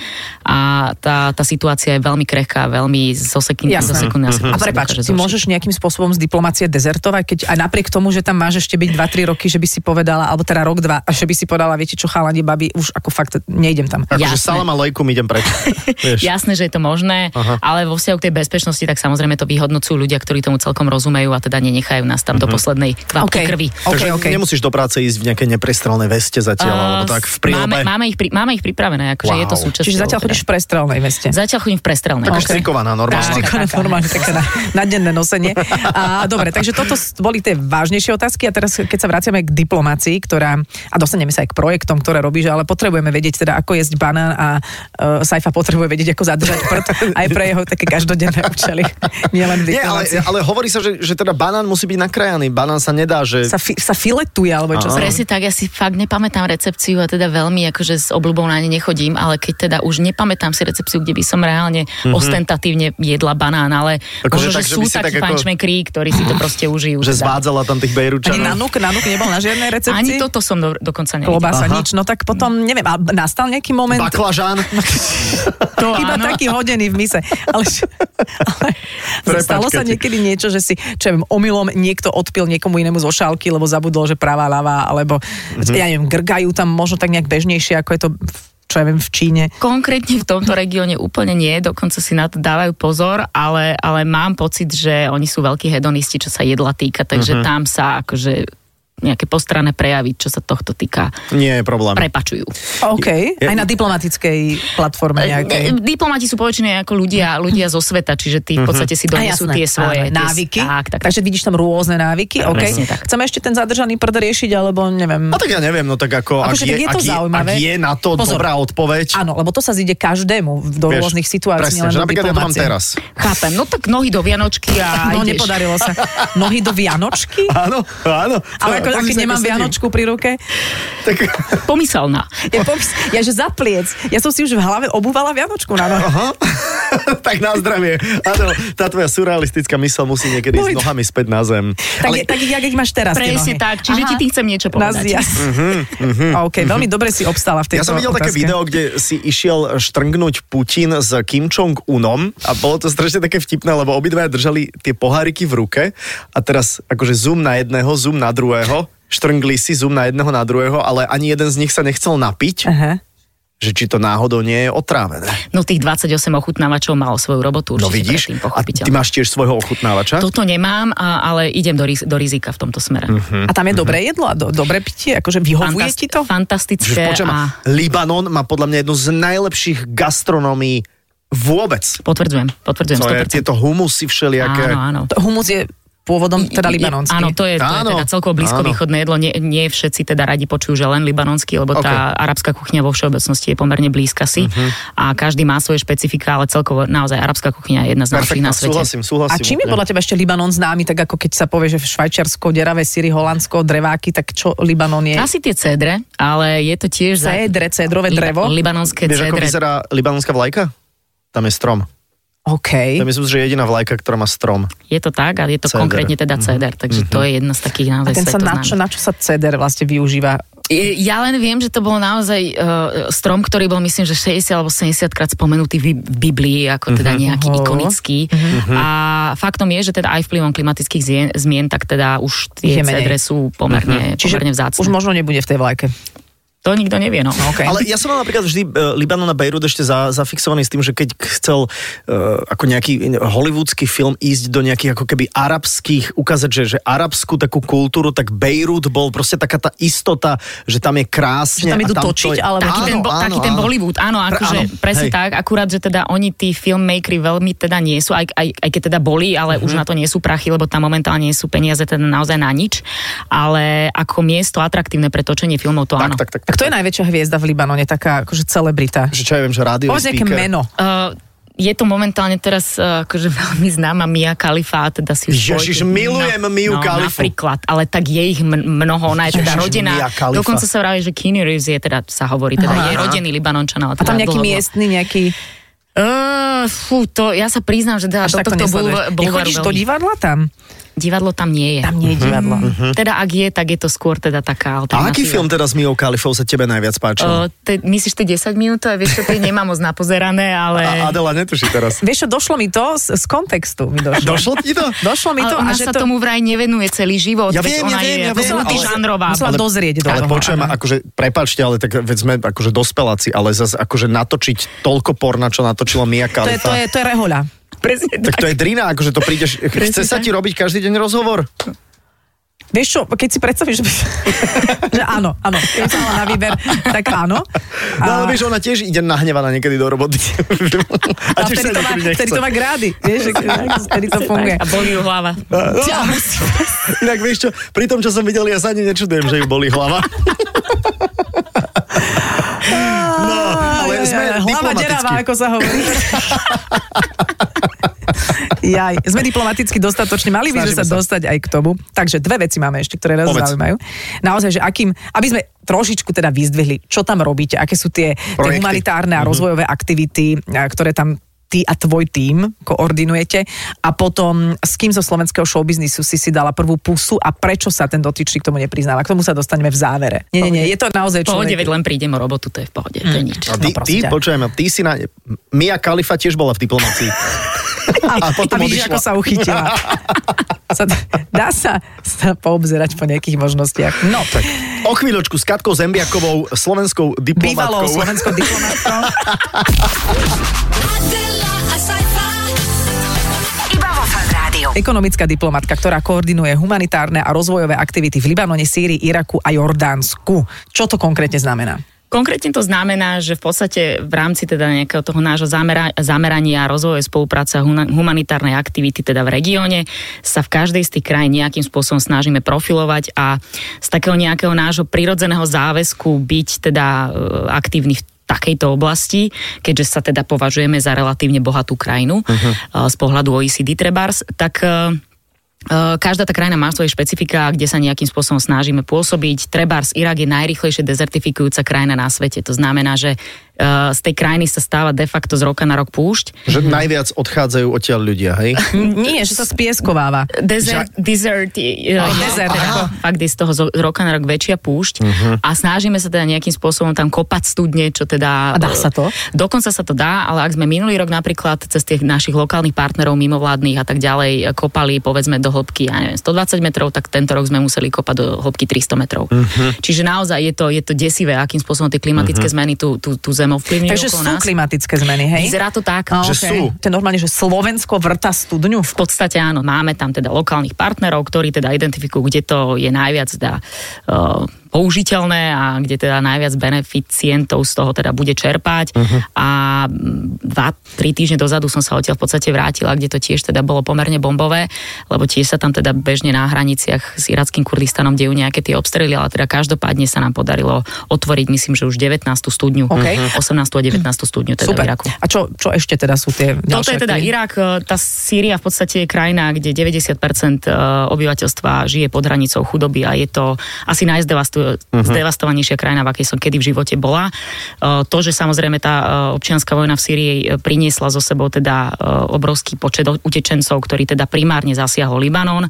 S5: A tá, tá situácia je veľmi krehká, veľmi zoseknutá.
S3: Jasné. Mhm. A prepáč, ty môžeš nejakým spôsobom z diplomácie dezertovať, keď aj napriek tomu, že tam máš ešte byť 2-3 roky, že by si povedala, alebo teda rok, dva, a že by si povedala, viete čo, chalani, babi, už ako fakt nejdem tam.
S2: Akože
S5: Jasné.
S2: salam alejkum, idem preč. Vieš.
S5: Jasné, že je to možné, Aha. ale vo vzťahu k tej bezpečnosti, tak samozrejme to vyhodnocujú ľudia, ktorí tomu celkom rozumejú a teda nenechajú nás tam do poslednej kvapky
S3: Okej.
S5: krvi.
S2: Takže
S3: Mhm. OK, OK.
S2: nemusíš do práce ísť v nejakej neprestrelnej veste zatiaľ, alebo
S5: Eh,
S2: tak v prílobe.
S5: máme, máme, ich pri, máme ich pripravené, akože
S2: Wow.
S5: je to súčasťou.
S3: Čiže zatiaľ
S5: teda.
S3: chodíš v prestrelnej veste.
S5: Zatiaľ chodím v prestrelnej.
S3: no,
S2: Taká
S5: veste.
S2: štrikovaná normálna.
S5: Tak.
S3: Taká normálne, také na, na denné nosenie. A, dobre, takže toto s- boli tie vážnejšie otázky a teraz, keď sa vraciame k diplomácii, ktorá, a dostaneme sa aj k projektom, ktoré robíš, ale potrebujeme vedieť teda, ako jesť banán a uh, Saifa potrebuje vedieť, ako zadržať prd aj pre jeho také každodenné účely. Nie len v
S2: Nie, ale,
S3: diplomácii.
S2: ale hovorí sa, že, že teda banán musí byť nakrajaný. Banán sa nedá, že...
S3: Sa, fi, sa filetuje, alebo čo sa...
S5: Presne tak, ja si fakt nepamätám recepciu a teda veľmi akože s obľubou na ne nechodím, ale keď teda už nepamätám si recepciu, kde by som reálne ostentatívne jedla banán, ale
S2: Mhm. Akože
S5: možno, že
S2: tak, že
S5: sú
S2: by si tak
S5: takí
S2: ako-
S5: pančmekrí, ktorí si to proste užijú.
S2: že
S5: teda.
S2: zvádzala tam tých
S3: Ani na
S2: Bejručanov.
S3: nuk, na nuk nebol na žiadnej recepcii?
S5: Ani toto som do, dokonca nevidela.
S3: Klobása,
S2: Aha.
S3: nič. No tak potom, neviem, a nastal nejaký moment...
S2: Baklažán.
S5: To
S3: Iba
S5: áno.
S3: taký hodený v mise. Ale, ale
S2: Prepač,
S3: stalo sa
S2: Kati.
S3: niekedy niečo, že si, čo ja viem, omylom niekto odpil niekomu inému zo šálky, lebo zabudol, že pravá, ľavá, alebo
S2: Mhm.
S3: mm-hmm. ja neviem, grgajú tam možno tak nejak bežnejšie, ako je to v- čo ja viem, v Číne.
S5: Konkrétne v tomto regióne úplne nie, dokonca si na to dávajú pozor, ale, ale mám pocit, že oni sú veľkí hedonisti, čo sa jedla týka,
S2: Mhm.
S5: takže uh-huh. tam sa akože nejaké postranné prejavy, čo sa tohto týka,
S2: Nie je problém.
S5: prepačujú.
S3: OK,
S2: Je-
S3: aj na diplomatickej platforme
S5: E,
S3: nejakej.
S5: Diplomati sú poväčšine ako ľudia, ľudia zo sveta, čiže tí v podstate si donesú tie
S3: Mhm.
S5: svoje
S3: áno,
S5: tie-
S3: návyky.
S5: Tak, tak, tak.
S3: Takže vidíš tam rôzne návyky. OK.
S5: Presne tak.
S3: Chceme ešte ten zadržaný prd riešiť, alebo neviem.
S2: A tak ja neviem, no tak ako, ak,
S3: Akože tak
S2: je,
S3: je to
S2: ak, je, ak
S3: zaujímavé.
S2: je na to
S3: Pozor.
S2: dobrá odpoveď.
S3: Áno, lebo to sa zíde každému do
S2: vieš,
S3: rôznych situácií.
S2: Presne,
S3: nielen
S2: že
S3: do
S2: napríklad ja to mám
S3: diplomácie.
S2: teraz.
S5: Chápem, no tak nohy do Vianočky a
S3: No
S5: ideš.
S3: nepodarilo sa. Nohy do Vianočky?
S2: Áno, áno.
S3: Ale ako,
S2: Pozri sa,
S3: ako
S2: ako
S3: nemám
S2: sedím.
S3: Vianočku pri ruke.
S2: Tak,
S5: Pomyselná.
S3: Ja, pops, ja že zapliec. Ja som si už v hlave obúvala Vianočku na nohu.
S2: aha, tak na zdravie. Áno, tá tvoja surrealistická mysel musí niekedy
S3: Môj-
S2: ísť nohami späť na zem.
S3: Tak, Ale... tak jak ich máš teraz tie
S5: Presne
S3: nohy.
S5: tak, čiže
S3: Aha.
S5: ti tým chcem niečo
S3: Na
S5: povedať.
S3: zjas. OK, veľmi dobre si obstala v tejto
S2: Mhm, Ja som videl
S3: otázke.
S2: také video, kde si išiel štrngnúť Putin s Kim Jong-unom a bolo to strašne také vtipné, lebo obidvaja držali tie poháriky v ruke a teraz akože zoom na jedného, zoom na druhého, štrngli si zoom na jedného, na druhého, ale ani jeden z nich sa nechcel
S5: Eh.
S2: napiť,
S3: Aha.
S2: že či to náhodou nie je otrávené.
S5: No tých 28 ochutnávačov malo svoju robotu určite
S2: No vidíš,
S5: predtým,
S2: a
S5: pochopiteľne.
S2: ty máš tiež svojho ochutnávača?
S5: Toto nemám, a, ale idem do, riz- do rizika v tomto smere.
S2: Mhm.
S3: A tam je dobré jedlo a do, dobré pitie? Akože vyhovuje
S5: Fantast-
S3: ti to?
S2: Že
S5: Fantastické
S2: počujem,
S5: a
S2: Libanon má podľa mňa jednu z najlepších gastronomí vôbec.
S5: potvrdzujem, potvrdzujem
S2: To je
S5: 100%.
S2: tieto humusy všelijaké.
S5: Áno, áno.
S3: To Humus je pôvodom teda
S5: Je-
S3: libanonský.
S5: Áno, to je, to je
S2: Áno,
S5: teda celkovo blízkovýchodné jedlo. Nie, nie všetci teda radi počujú, že len libanonský, lebo tá arabská kuchňa vo všeobecnosti je pomerne blízka si.
S2: Mhm.
S5: A každý má svoje špecifika, ale celkovo naozaj arabská kuchyňa je jedna z najlepších
S2: Perfektne,
S5: na svete.
S2: súhlasím, súhlasím.
S3: A čím je
S2: úplne.
S3: podľa teba ešte Libanon známy, tak ako keď sa povie, že Švajčiarsko, deravé síry, Holandsko, dreváky, tak čo Libanon je?
S5: Asi tie cedre, ale je to tiež... za-
S3: Cédre, cédrové
S5: Liba-
S3: drevo?
S5: Libanonské
S2: Vieš, ako
S5: cedre.
S2: vyzerá libanonská vlajka? Tam je strom.
S3: OK.
S2: To je myslím, že jediná vlajka, ktorá má strom.
S5: Je to tak, ale je to
S2: Céder.
S5: konkrétne teda ceder, takže
S2: Mhm.
S5: to je jedna z takých
S3: A
S5: naozaj
S3: ten sa na
S5: svetoznámych.
S3: čo, na čo sa ceder vlastne využíva?
S5: E, Ja len viem, že to bol naozaj uh, strom, ktorý bol myslím, že 60 alebo 70 krát spomenutý v v Biblii, ako teda nejaký
S3: Oho.
S5: ikonický. A faktom je, že teda aj vplyvom klimatických zien- zmien, tak teda už
S3: Je
S5: tie
S3: menej. Mhm.
S5: cedre sú pomerne, pomerne vzácne.
S3: už možno nebude v tej vlajke.
S5: To nikto nevie, no.
S3: OK.
S2: Ale ja som mal napríklad vždy e, Libanon a Beirut ešte za, zafixovaný s tým, že keď chcel e, ako nejaký hollywoodsky film ísť do nejakých ako keby arabských, ukázať, že, že arabskú takú kultúru, tak Beirut bol proste taká tá istota, že tam je krásne.
S3: Že tam
S2: a
S3: idú
S2: to
S3: točiť,
S2: je-
S3: alebo-
S5: Taký, ten, bo- taký ten Bollywood, áno,
S2: Pre-
S5: akože
S2: áno,
S5: presne
S2: hej.
S5: tak, akurát, že teda oni tí filmmakery veľmi teda nie sú, aj, aj, aj keď teda boli, ale už na to nie sú prachy, lebo tam momentálne nie sú peniaze teda naozaj na nič, ale ako miesto atraktívne pre točenie filmov, to
S2: Tak,
S5: áno.
S2: tak, tak,
S3: Tak to je najväčšia hviezda v Libanone, taká akože celebrita.
S2: Že čo ja viem, že rádio
S3: Povedz nejaké
S2: speaker.
S3: meno.
S5: Uh, je to momentálne teraz uh, akože veľmi známa Mia Khalifa, teda si už
S2: Ježiš,
S5: pojďte.
S2: milujem Miu Khalifu.
S5: no, Napríklad, ale tak je ich mn- mnoho, ona je teda
S2: Ježiš,
S5: rodená.
S2: Mia Khalifa.
S5: Dokonca sa vraví, že Keanu Reeves je teda, sa hovorí, teda je rodený Libanončan, ale
S3: A
S5: teda
S3: tam nejaký
S5: dlho-
S3: miestny, nejaký...
S5: Uh, fú, to ja sa priznám, že teda
S3: Až
S5: do
S3: takto
S5: tohto
S3: nesleduješ.
S5: bulva- bulvaru
S3: Nechodíš do
S5: veľmi-
S3: divadla tam? Mhm.
S5: divadlo tam nie je.
S3: Tam nie je divadlo.
S5: Teda ak je, tak je to skôr teda taká
S2: A
S5: alternatíva.
S2: aký film teda s Mijou Kalifou sa tebe najviac páčil?
S5: Uh, te, myslíš tie 10 minút? Vieš, to tie nemám moc napozerané, ale...
S2: A Adela netuší teraz.
S3: Vieš čo, došlo mi to z, z kontextu. Mi došlo.
S2: Došlo ti to?
S3: došlo mi
S5: ale
S3: to,
S5: ona
S3: a že
S5: sa
S3: to...
S5: tomu vraj nevenuje celý život.
S2: Ja
S5: veď
S2: viem, ja
S5: ona
S2: viem, ja
S5: je
S2: viem,
S5: musela byť
S2: ale-
S5: žánrová.
S3: musela
S5: ale-
S3: dozrieť do
S2: Ale
S3: toho.
S2: počujem, akože, prepáčte, ale tak veď sme akože dospeláci, ale zase akože natočiť toľko porna, čo natočila Mia
S3: To je, to, je,
S2: Khalifa.
S3: to je rehoľa.
S5: Presne
S2: Tak to je drina, akože to prídeš, chce sa ti robiť každý deň rozhovor?
S3: Vieš čo, keď si predstavíš, že, že áno, áno, keď som mala na výber, tak áno.
S2: No ale vieš, ona tiež ide nahnevaná niekedy do roboty. A
S3: a
S2: tiež
S3: vtedy
S2: sa
S3: to, má,
S2: niekedy
S3: vtedy
S2: nechce.
S3: to má grády, vieš, že vtedy to funguje.
S5: Tak, A bolí ju hlava.
S2: No, Inak vieš čo, pri tom, čo som videl, ja sa ani nečudujem, že ju boli hlava. No, ale
S3: Aj, aj, aj,
S2: sme
S3: Hlava deravá,
S2: diplomatickí.
S3: ako sa hovorí. Jaj, sme diplomaticky dostatočne, mali by sme
S2: Snažíme
S3: sa,
S2: sa.
S3: dostať aj k tomu. Takže dve veci máme ešte, ktoré nás
S2: Povedz.
S3: zaujímajú. Naozaj, že akým, aby sme trošičku teda vyzdvihli, čo tam robíte, aké sú tie, tie
S2: Projekty. Mhm.
S3: humanitárne a rozvojové aktivity, a ktoré tam ty a tvoj tím koordinujete a potom s kým zo slovenského showbiznisu si si dala prvú pusu a prečo sa ten dotyčný k tomu nepriznáva. K tomu sa dostaneme v závere. Nie, nie, nie, je to naozaj
S5: Po
S3: človek.
S5: 9 len prídem o robotu, to je v pohode, to je
S2: A
S5: nič.
S2: ty,
S3: No, prosím
S2: ty
S3: ťa.
S2: počujem, a ty si na... Mia Khalifa tiež bola v diplomácii. A
S3: A,
S2: potom
S3: a vidíš,
S2: odišla.
S3: ako sa uchytila. sa, dá sa, sa poobzerať po nejakých možnostiach. No,
S2: Tak, o chvíľočku s Katkou Zembiakovou, slovenskou
S3: bývalou
S2: diplomatkou.
S3: slovenskou diplomatkou.
S4: Adela
S1: Iba vo Fan Rádiu.
S3: Ekonomická diplomatka, ktorá koordinuje humanitárne a rozvojové aktivity v Libanone, Sýrii, Iraku a Jordánsku. Čo to konkrétne znamená?
S5: Konkrétne to znamená, že v podstate v rámci teda nejakého toho nášho zamera- zamerania a rozvoje spolupráce a huna- humanitárnej aktivity teda v regióne sa v každej z tých krajín nejakým spôsobom snažíme profilovať a z takého nejakého nášho prirodzeného záväzku byť teda e, aktívny v takejto oblasti, keďže sa teda E považujeme za relatívne bohatú krajinu uh-huh. z pohľadu OECD trebárs, tak e, Uh, Každá tá krajina má svoje špecifika, kde sa nejakým spôsobom snažíme pôsobiť. Trebárs Irak je najrychlejšie dezertifikujúca krajina na svete. To znamená, že uh, z tej krajiny sa stáva de facto z roka na rok púšť.
S2: Že najviac odchádzajú odtiaľ ľudia, hej?
S5: Mm,
S3: N- Hm? Nie, že sa spieskováva.
S5: Desert, desert, je- je
S3: desert,
S5: teda
S3: aha. Mhm.
S5: fakt je z toho zo- z roka na rok väčšia púšť a snažíme sa teda nejakým spôsobom tam kopať studne, čo
S3: A
S5: teda...
S3: dá sa to?
S5: Dokonca sa to dá, ale ak sme minulý rok napríklad cez tých našich lokálnych partnerov, mimovládnych a tak ďalej e, kopali povedzme do hĺbky, ja neviem, 120 metrov, tak tento rok sme museli kopať do hĺbky 300 metrov.
S3: Mhm.
S5: Čiže naozaj je to, je to desivé, akým spôsobom tie klimatické zmeny tú, tú, tú zem ovplyvňujú
S3: Takže
S5: okolo
S3: sú
S5: nás.
S3: klimatické zmeny, hej?
S5: Vyzerá to tak.
S3: A,
S2: Že
S3: okej.
S2: sú.
S3: To je normálne, že Slovensko vrta studňu.
S5: v podstate áno, máme tam teda lokálnych partnerov, ktorí teda identifikujú, kde to je najviac teda, uh, použiteľné a kde teda najviac beneficientov z toho teda bude čerpať. Uh-huh. A mm, dva, tri týždne dozadu som sa odtiaľ v podstate vrátila, kde to tiež teda bolo pomerne bombové, lebo tiež sa tam teda bežne na hraniciach s irackým Kurdistanom dejú nejaké tie obstrely, ale teda každopádne sa nám podarilo otvoriť, myslím, že už 19. studňu,
S3: OK.
S5: 18. a 19. studňu teda v
S3: Super.
S5: Iraku.
S3: A čo, čo ešte teda sú tie ďalšie
S5: Toto je teda
S3: aktivity?
S5: Irak, e, tá Sýria v podstate je krajina, kde 90% e, obyvateľstva žije pod hranicou chudoby a je to asi najzdevastovanejšia krajina, v akej som kedy v živote bola. E, To, že samozrejme tá e, občianská vojna v Sýrii e, priniesla so sebou teda e, obrovský počet o- utečencov, ktorý teda primárne zasiahol Libanon,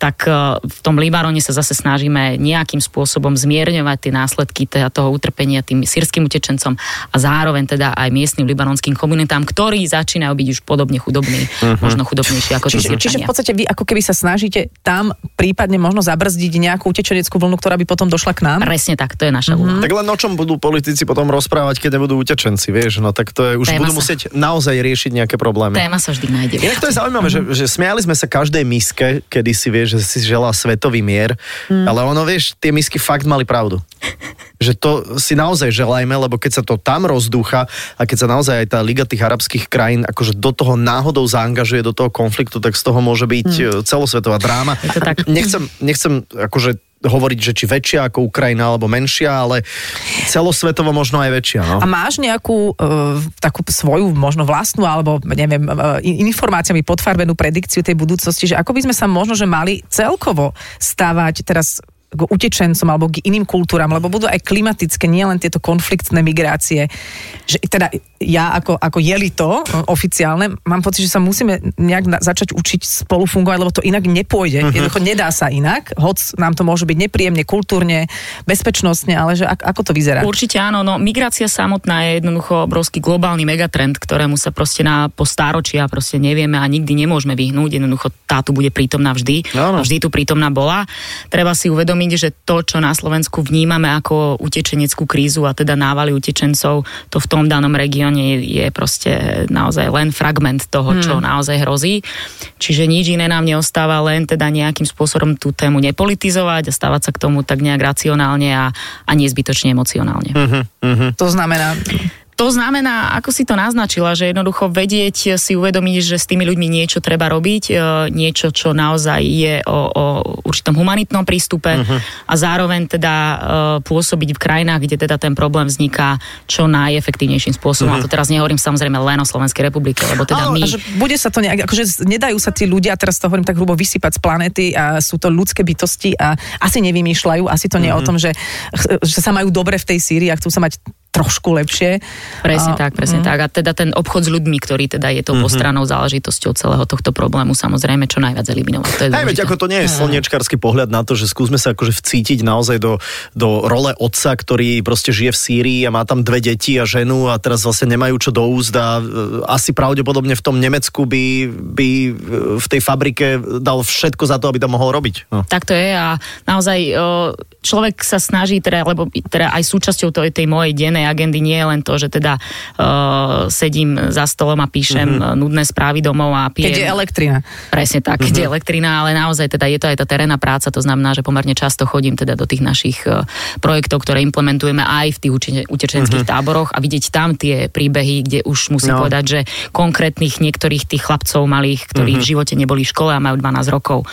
S5: tak e, v tom Libanone sa zase snažíme nejakým spôsobom zmierňovať tie následky teda toho utrpenia tým sírským utečencom a zároveň teda aj miestnym libanonským komunitám, ktorí začínajú byť už podobne chudobní, možno chudobnejší ako tí
S3: Čiže, čiže v
S5: Sýrčania.
S3: podstate vy ako keby sa snažíte tam prípadne možno zabrzdiť nejakú utečeneckú vlnu, ktorá by potom došla k nám?
S5: Presne tak, to je naša
S3: Mhm.
S5: úloha.
S2: Tak len o čom budú politici potom rozprávať, keď nebudú utečenci, vieš? No tak to je, už
S5: Téma
S2: budú
S5: sa.
S2: musieť naozaj riešiť nejaké problémy.
S5: Téma sa vždy nájde.
S2: Inak to je zaujímavé, že, že smiali sme sa každej miske, kedy si vieš, že si želá svetový mier, mm. ale ono vieš, tie misky fakt mali pravdu. Že to si naozaj želajme, lebo keď sa to tam rozdúcha a keď sa naozaj aj tá Liga tých arabských krajín akože do toho náhodou zaangažuje, do toho konfliktu, tak z toho môže byť mm. celosvetová dráma.
S5: Je to tak.
S2: Nechcem, nechcem akože hovoriť, že či väčšia ako Ukrajina alebo menšia, ale celosvetovo možno aj väčšia. No?
S3: A máš nejakú uh, takú svoju, možno vlastnú, alebo neviem, uh, informáciami podfarbenú predikciu tej budúcnosti, že ako by sme sa možno, že mali celkovo stavať teraz k utečencom alebo k iným kultúram, lebo budú aj klimatické, nielen tieto konfliktné migrácie. Že, teda ja ako, ako jeli to e, oficiálne, mám pocit, že sa musíme nejak na, začať učiť spolu fungovať, lebo to inak nepôjde. Uh-huh. Jednoducho nedá sa inak, hoc nám to môže byť nepríjemne, kultúrne, bezpečnostne, ale že ak, ako to vyzerá?
S5: Určite áno, no migrácia samotná je jednoducho obrovský globálny megatrend, ktorému sa proste na po stáročia proste nevieme a nikdy nemôžeme vyhnúť. Jednoducho tá tu bude prítomná vždy.
S2: Áno.
S5: A Vždy tu prítomná bola. Treba si uvedomiť, že to, čo na Slovensku vnímame ako utečeneckú krízu a teda návaly utečencov, to v tom danom regióne je, je proste naozaj len fragment toho, čo naozaj hrozí. Čiže nič iné nám neostáva, len teda nejakým spôsobom tú tému nepolitizovať a stávať sa k tomu tak nejak racionálne a, a nezbytočne emocionálne.
S3: To znamená,
S5: To znamená, ako si to naznačila, že jednoducho vedieť si uvedomiť, že s tými ľuďmi niečo treba robiť, e, niečo, čo naozaj je o, o určitom humanitnom prístupe
S3: Mhm.
S5: uh-huh. a zároveň teda e, pôsobiť v krajinách, kde teda ten problém vzniká čo najefektívnejším spôsobom. Uh-huh. A to teraz nehovorím samozrejme len o Slovenskej republike, lebo
S3: Mhm.
S5: teda
S3: Áno,
S5: my...
S3: a že bude sa to nejak, akože z- nedajú sa tí ľudia, teraz to hovorím tak hrubo, vysypať z planety a sú to ľudské bytosti a asi nevymýšľajú, asi to nie
S5: Mhm.
S3: je o tom, že, ch- že sa majú dobre v tej Sýrii a chcú sa mať trošku lepšie. a,
S5: Presne
S3: mhm.
S5: tak, presne tak. A teda ten obchod s ľuďmi, ktorý teda je tou postrannou záležitosťou celého tohto problému, samozrejme čo najviac eliminovať. To je
S2: Hej,
S5: dôležité.
S2: veď ako to nie je slnečkársky pohľad na to, že skúsme sa akože vcítiť naozaj do, do role otca, ktorý proste žije v Sýrii a má tam dve deti a ženu a teraz vlastne nemajú čo do úst a e, asi pravdepodobne v tom Nemecku by, by e, v tej fabrike dal všetko za to, aby to mohol robiť. No.
S5: Tak to je a naozaj e, človek sa snaží, teda, lebo teda aj súčasťou tej, tej mojej dennej agendy nie je len to, že teda e, sedím za stolom a píšem mm-hmm. nudné správy domov a
S3: Keď
S5: pijem.
S3: je elektrina.
S5: Presne tak,
S2: Mhm.
S5: keď je elektrina, ale naozaj teda je to aj tá terénna práca, to znamená, že pomerne často chodím teda do tých našich e, projektov, ktoré implementujeme aj v tých uči- utečenských táboroch a vidieť tam tie príbehy, kde už musím
S2: Mhm. No.
S5: povedať, že konkrétnych niektorých tých chlapcov malých,
S2: Mhm.
S5: ktorí v živote neboli v škole a majú 12 rokov,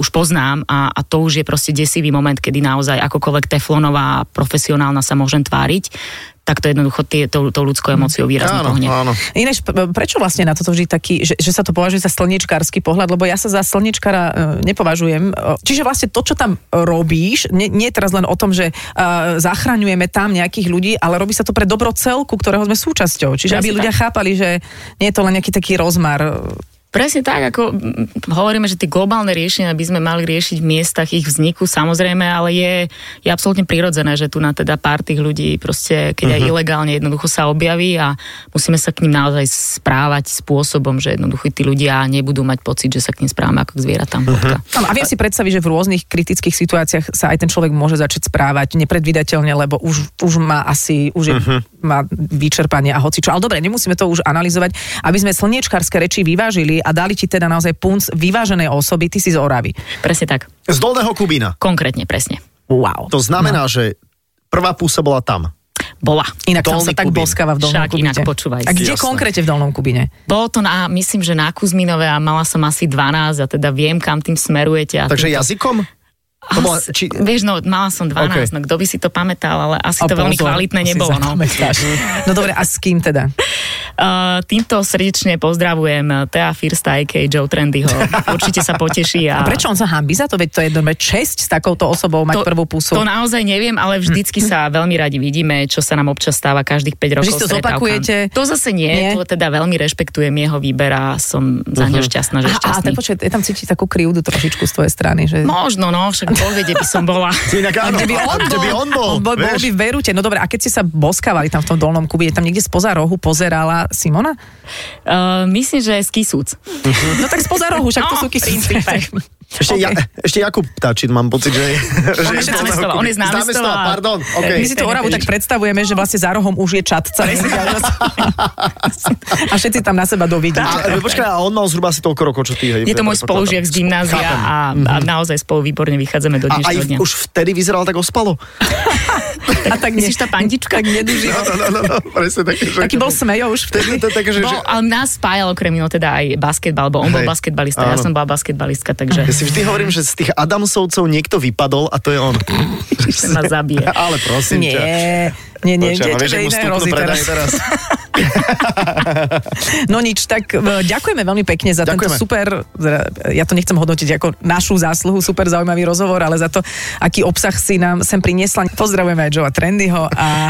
S5: už poznám a, a to už je proste desivý moment, kedy naozaj akokoľvek teflonová profesionálna sa môžem tváriť, takto jednoducho tie, tou, tou ľudskou emóciou výrazne
S2: Áno,
S5: pohne.
S2: áno.
S3: Ináč, p- prečo vlastne na toto vždy taký, že, že sa to považuje za slnečkársky pohľad, lebo ja sa za slnečkára e, nepovažujem. E, Čiže vlastne to, čo tam robíš, nie, nie je teraz len o tom, že e, zachraňujeme tam nejakých ľudí, ale robí sa to pre dobro celku, ktorého sme súčasťou. Čiže
S5: Presne
S3: aby ľudia chápali, že nie je to len nejaký taký rozmar.
S5: Presne tak, ako mm, hovoríme, že tie globálne riešenia by sme mali riešiť v miestach ich vzniku, samozrejme, ale je, je absolútne prirodzené, že tu na teda pár tých ľudí proste, keď aj ilegálne jednoducho sa objaví a musíme sa k ním naozaj správať spôsobom, že jednoducho tí ľudia nebudú mať pocit, že sa k ním správame ako k zvieratám. Uh-huh.
S3: Áno, A viem si predstaviť, že v rôznych kritických situáciách sa aj ten človek môže začať správať nepredvydateľne, lebo už, už má asi, už je,
S2: Mhm.
S3: uh-huh. má vyčerpanie a hocičo. Ale dobre, nemusíme to už analyzovať, aby sme slniečkárske reči vyvážili a dali ti teda naozaj punc vyváženej osoby, ty si z Oravy.
S5: Presne tak,
S2: Z Dolného Kubína.
S5: konkrétne, presne.
S3: Wow.
S2: To znamená, no. že prvá púsa bola tam.
S5: Bola.
S3: Inak tam
S2: Dolný
S3: sa tak
S2: Kubín.
S3: boskáva v Dolnom
S5: Však inak
S3: Kubine.
S5: počúvaj.
S3: A kde
S2: Jasné.
S3: konkrétne v Dolnom Kubine?
S5: Bolo to na, myslím, že na Kuzminove a mala som asi 12 a teda viem, kam tým smerujete. A
S2: Takže
S5: týmto-
S2: jazykom? To bola,
S5: Asi,
S2: či,
S5: Vieš, no, mala som 12, okay.
S2: Ok.
S5: no kto by si to pamätal, ale asi to
S3: A
S5: veľmi
S3: pozor,
S5: kvalitné
S3: to si
S5: nebolo. No.
S3: zapamätáš. no dobre, a s kým teda?
S5: Uh, týmto srdečne pozdravujem Tea Firsta, a.k.a. Joe Trendyho. Určite sa poteší.
S3: A
S5: A,
S3: prečo on sa hambí za to? Veď to je normálne česť s takouto osobou mať prvú pusu. Hm.
S5: To naozaj neviem, ale vždycky sa veľmi radi vidíme, čo sa nám občas stáva každých 5 rokov.
S3: si to
S5: stretávkam.
S3: zopakujete?
S5: To zase nie,
S3: Nie? Mhm.
S5: nie, to teda veľmi rešpektujem jeho výber a som za neho šťastná, že je
S3: Aha, a, a
S5: šťastný.
S3: tak počkaj, je tam cítiť takú krivdu trošičku z tvojej strany, že...
S5: Možno, no, však vo vede by som bola.
S2: inak áno,
S3: Kde by on bol?
S2: kde by on bol,
S3: on bol, bol
S2: vieš?
S3: by v Bejrute. No dobre, a keď ste sa boskávali tam v tom dolnom kubine, tam niekde spoza rohu pozerala Simona?
S5: Uh, myslím, že z Kisúc.
S3: No tak spoza rohu, však to sú
S5: No,
S3: kysice.
S5: princípe.
S2: Ešte, ja, ešte Jakub Tačin, mám pocit, že... že to na Kubi-
S5: On je z námestova, on je
S2: z
S5: z
S2: námestova,
S5: námestova.
S2: pardon, OK.
S3: My si tú Oravu tak predstavujeme, že vlastne za rohom už je čatca. A všetci tam na seba dovidia.
S2: A, počkaj, a on mal zhruba asi toľko rokov, čo ty, hej?
S5: Je to môj
S2: predpokladám.
S5: spolužiak z gymnázia
S2: Chápem. Mhm.
S5: a, a naozaj spolu výborne vychádzame do
S2: A aj
S5: dnešného dňa.
S2: v- už vtedy vyzeral tak ospalo.
S3: A tak
S5: Myslíš tá pandička?
S3: Tak nedužil.
S2: No, no, no, no, presne tak. Že...
S3: Taký bol smejo už
S2: Vtedy
S3: vtedy.
S2: to je také, že...
S5: Bol,
S2: že-
S5: ale nás spájal okrem iného teda aj basketbal, bo on bol
S2: Hej.
S5: basketbalista, ja
S2: Áno.
S5: som bola basketbalistka, takže
S2: Ja si vždy hovorím, že z tých Adamsovcov niekto vypadol a to je on.
S5: sa ma zabije.
S2: Ale prosím ťa.
S3: Nie, nie, nie.
S2: Počkaj,
S3: niečo
S2: no, vieš, ak mu
S3: iné
S2: stúpnu
S3: hrozí
S2: predaj
S3: teraz.
S2: teraz.
S3: No nič, tak e, ďakujeme veľmi pekne za
S2: Ďakujeme.
S3: tento super, e, ja to nechcem hodnotiť ako našu zásluhu, super zaujímavý rozhovor, ale za to, aký obsah si nám sem priniesla. Pozdravujeme aj Joea Trendyho a,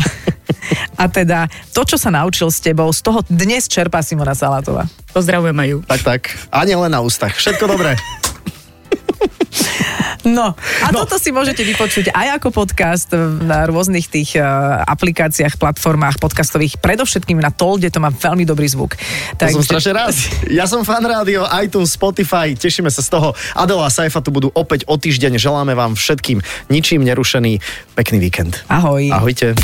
S3: a teda to, čo sa naučil s tebou, z toho dnes čerpá Simona Salátová.
S5: Pozdravujem aj ju.
S2: Tak, tak. A nielen na ústach. Všetko dobré.
S3: No a no. toto si môžete vypočuť aj ako podcast na rôznych tých e, aplikáciách, platformách podcastových, predovšetkým na Tolde, to má veľmi dobrý zvuk.
S2: Tak, som strašne rád. Ja som fan rádio, iTunes, Spotify, tešíme sa z toho. Adela a Saifa tu budú opäť o týždeň. Želáme vám všetkým ničím nerušený pekný víkend.
S3: Ahoj.
S2: Ahojte.